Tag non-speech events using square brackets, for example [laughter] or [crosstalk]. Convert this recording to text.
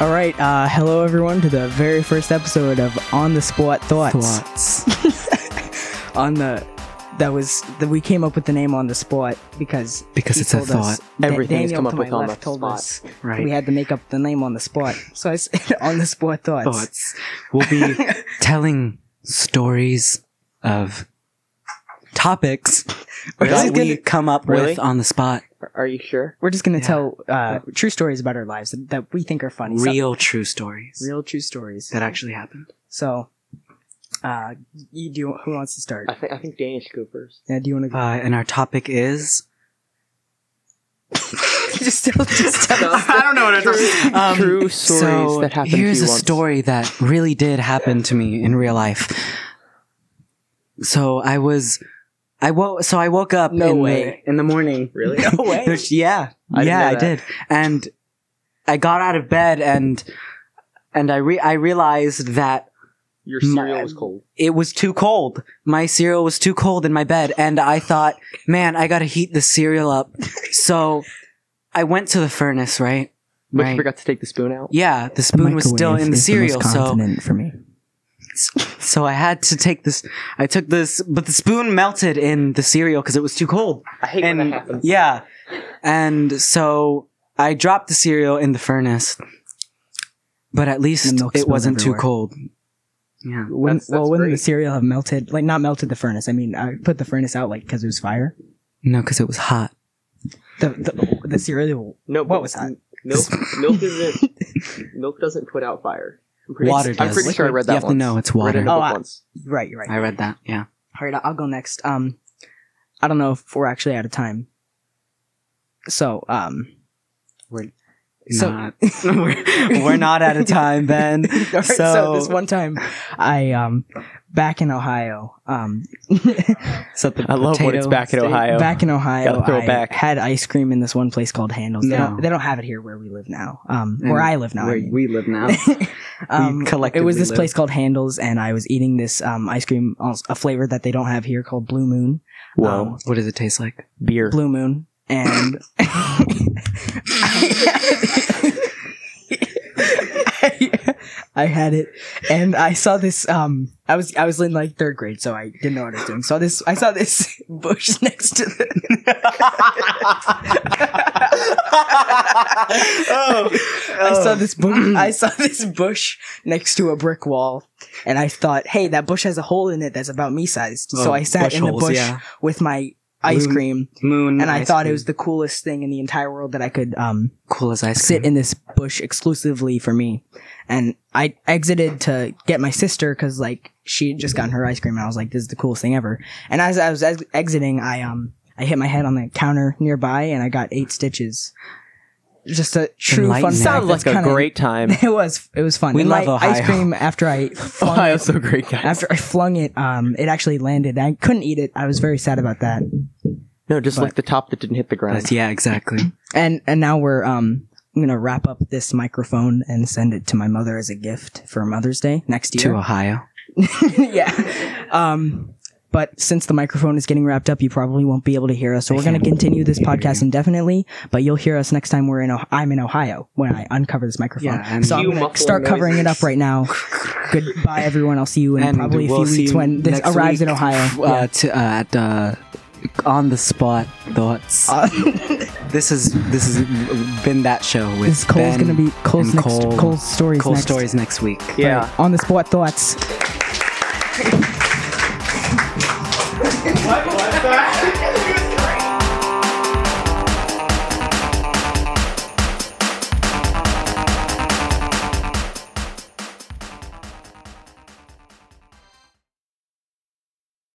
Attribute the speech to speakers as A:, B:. A: All right. Uh, hello, everyone, to the very first episode of On the Spot Thoughts. [laughs] On the that was that we came up with the name On the Spot because
B: Because
A: he
B: it's a
A: told us-
B: thought.
A: Da-
C: Everything is
A: Daniel
C: come
A: to
C: up
A: my
C: with on the
A: left told
C: spot.
A: us
B: Right.
A: we had to make up the name on the spot. [laughs] So I said On the Spot Thoughts.
B: thoughts. We'll be
A: [laughs]
B: telling stories of topics
A: Really?
B: that we come up
C: Really?
B: with on the spot.
C: Are you sure?
A: We're just gonna
B: Yeah.
A: tell uh, true stories about our lives that we think are funny. Some-
B: Real true stories
A: real true stories.
B: that actually happened.
A: So, uh, you do. you- Who wants to start?
C: I think I think Danish Coopers.
A: Yeah, do you want to
B: Uh,
A: go? [laughs]
B: and our topic is
A: just tell, just tell us.
C: [laughs] I don't know what it's
B: Um,
C: True stories
B: so
C: that happened
B: here's
C: to you
B: a
C: once.
B: story that really did happen to me in real life so i was i woke so i woke up
A: No
B: in
A: way.
B: the in the morning
C: Really?
B: [laughs]
C: [laughs]
B: no way yeah
C: I didn't
B: yeah
C: know
B: i
C: that.
B: did and i got out of bed and and i re- i realized that
C: Your
B: My-
C: cereal was cold.
B: it was too cold. My cereal was too cold in my bed, and I thought, man, I gotta heat the cereal
C: [laughs]
B: up. So I went to the furnace, right?
C: But
B: Right.
C: you forgot to take the spoon out.
B: Yeah, the spoon was still in the cereal, so
A: for me.
B: so I had to take this. I took this, but the spoon melted in the cereal because it was too cold.
C: I hate when
B: And
C: that happens.
B: yeah, and so I dropped the cereal in the furnace, but at least
A: milk
B: it
A: spilled
B: wasn't
A: everywhere.
B: too cold. Yeah,
A: When,
C: That's-
A: well,
C: that's
A: wouldn't the
C: great.
A: cereal have melted? Like not melted the furnace. I mean, I put the furnace out like because it was fire.
B: no, because it was hot.
A: The the, the cereal.
C: No,
A: What
C: but
A: was that?
C: Milk
B: [laughs]
C: milk isn't milk doesn't put out fire. I'm pretty,
B: Water
C: I'm
B: does.
C: pretty sure I read that
B: you have
C: once.
B: to know it's
C: Read it
B: water.
C: in a book
A: Oh, I-
B: [laughs]
C: once.
A: You're Right, you're right.
B: I read that. Yeah.
A: All right, I'll go next. Um, I don't know if we're actually out of time. So,
C: [laughs]
A: um, So-
B: not, [laughs] we're, we're not out of time,
C: [laughs]
B: Ben.
A: All right, [laughs] so,
B: So-
A: this one time, I um, back in Ohio, um,
B: So the
C: I love when Oh, it's
B: potato
C: back in
B: steak-
C: Ohio.
A: back in Ohio,
C: Gotta throw it
A: I
C: back.
A: had ice cream in this one place called Handles. They,
B: No.
A: don't, they don't have it here where we live now. Um,
B: And
A: where I live now. I
B: Where
A: mean.
B: we live [laughs] now.
A: um, it
B: collectively
A: was this
B: live.
A: place called Handles, and I was eating this um, ice cream, als- a flavor that they don't have here called Blue Moon.
C: Whoa,
A: Um,
B: What does it taste like? [laughs]
C: beer. [laughs]
A: Blue Moon, and [laughs] I, had it, and I saw this. Um, I was I was in like third grade, so I didn't know what I was doing. Saw this. I saw this [laughs] bush next to the.
C: Oh.
A: I
B: Oh.
A: saw this bush. [laughs] I saw this bush next to a brick wall, and I thought, "Hey, that bush has a hole in it that's about me sized." so
B: Oh,
A: I sat
B: bush
A: in
B: holes,
A: the bush
B: yeah.
A: with my ice
B: Moon-
A: cream,
B: moon,
A: and I
B: ice
A: thought
B: cream.
A: it was the coolest thing in the entire world that I could um,
B: cool as ice
A: sit
B: cream.
A: in this bush exclusively for me. And I exited to get my sister because like she had just gotten her ice cream, and I was like, "This is the coolest thing ever." And as I was ex- exiting, I um I hit my head on the counter nearby, and I got eight stitches. Just a true fun fact.
B: Enlightening. Sounds
A: that's kinda-
B: [laughs]
C: time.
A: [laughs] It was. It was fun.
B: We
A: And my
B: love
A: ice
B: Ohio.
A: cream after
B: [laughs]
A: I flung it-
C: so great, guys.
A: after I flung it. Um, it actually landed. I couldn't eat it. I was very sad about that.
C: no, just
A: But-
C: like the top that didn't hit the
A: Uh,
C: ground.
B: That's- yeah, exactly.
A: And and now we're um I'm gonna wrap up this microphone and send it to my mother as a gift for Mother's Day next
B: to
A: year.
B: Ohio.
A: [laughs] yeah. Um but since the microphone is getting wrapped up, you probably won't be able to hear us. So we're going to continue this podcast indefinitely. But you'll hear us next time we're in. Oh- I'm in Ohio when I uncover this microphone.
B: Yeah, and
A: so I'm
C: You
A: going to
C: muffle
A: start covering it up
C: noises.
A: right
B: [laughs]
A: now. Goodbye, everyone. I'll see you in
B: And
A: probably a few
B: we'll see
A: weeks
B: you
A: when this
B: next
A: arrives in
B: week,
A: Ohio.
B: Uh, to, uh, at uh, on the spot thoughts.
A: Uh,
B: [laughs] this is this has been that show with
A: This Cole's
B: Ben
A: going to be Cole's
B: and
A: next.
B: Cole.
A: Cole's stories
B: Cool
A: next.
B: stories next week.
C: yeah.
A: On the spot thoughts.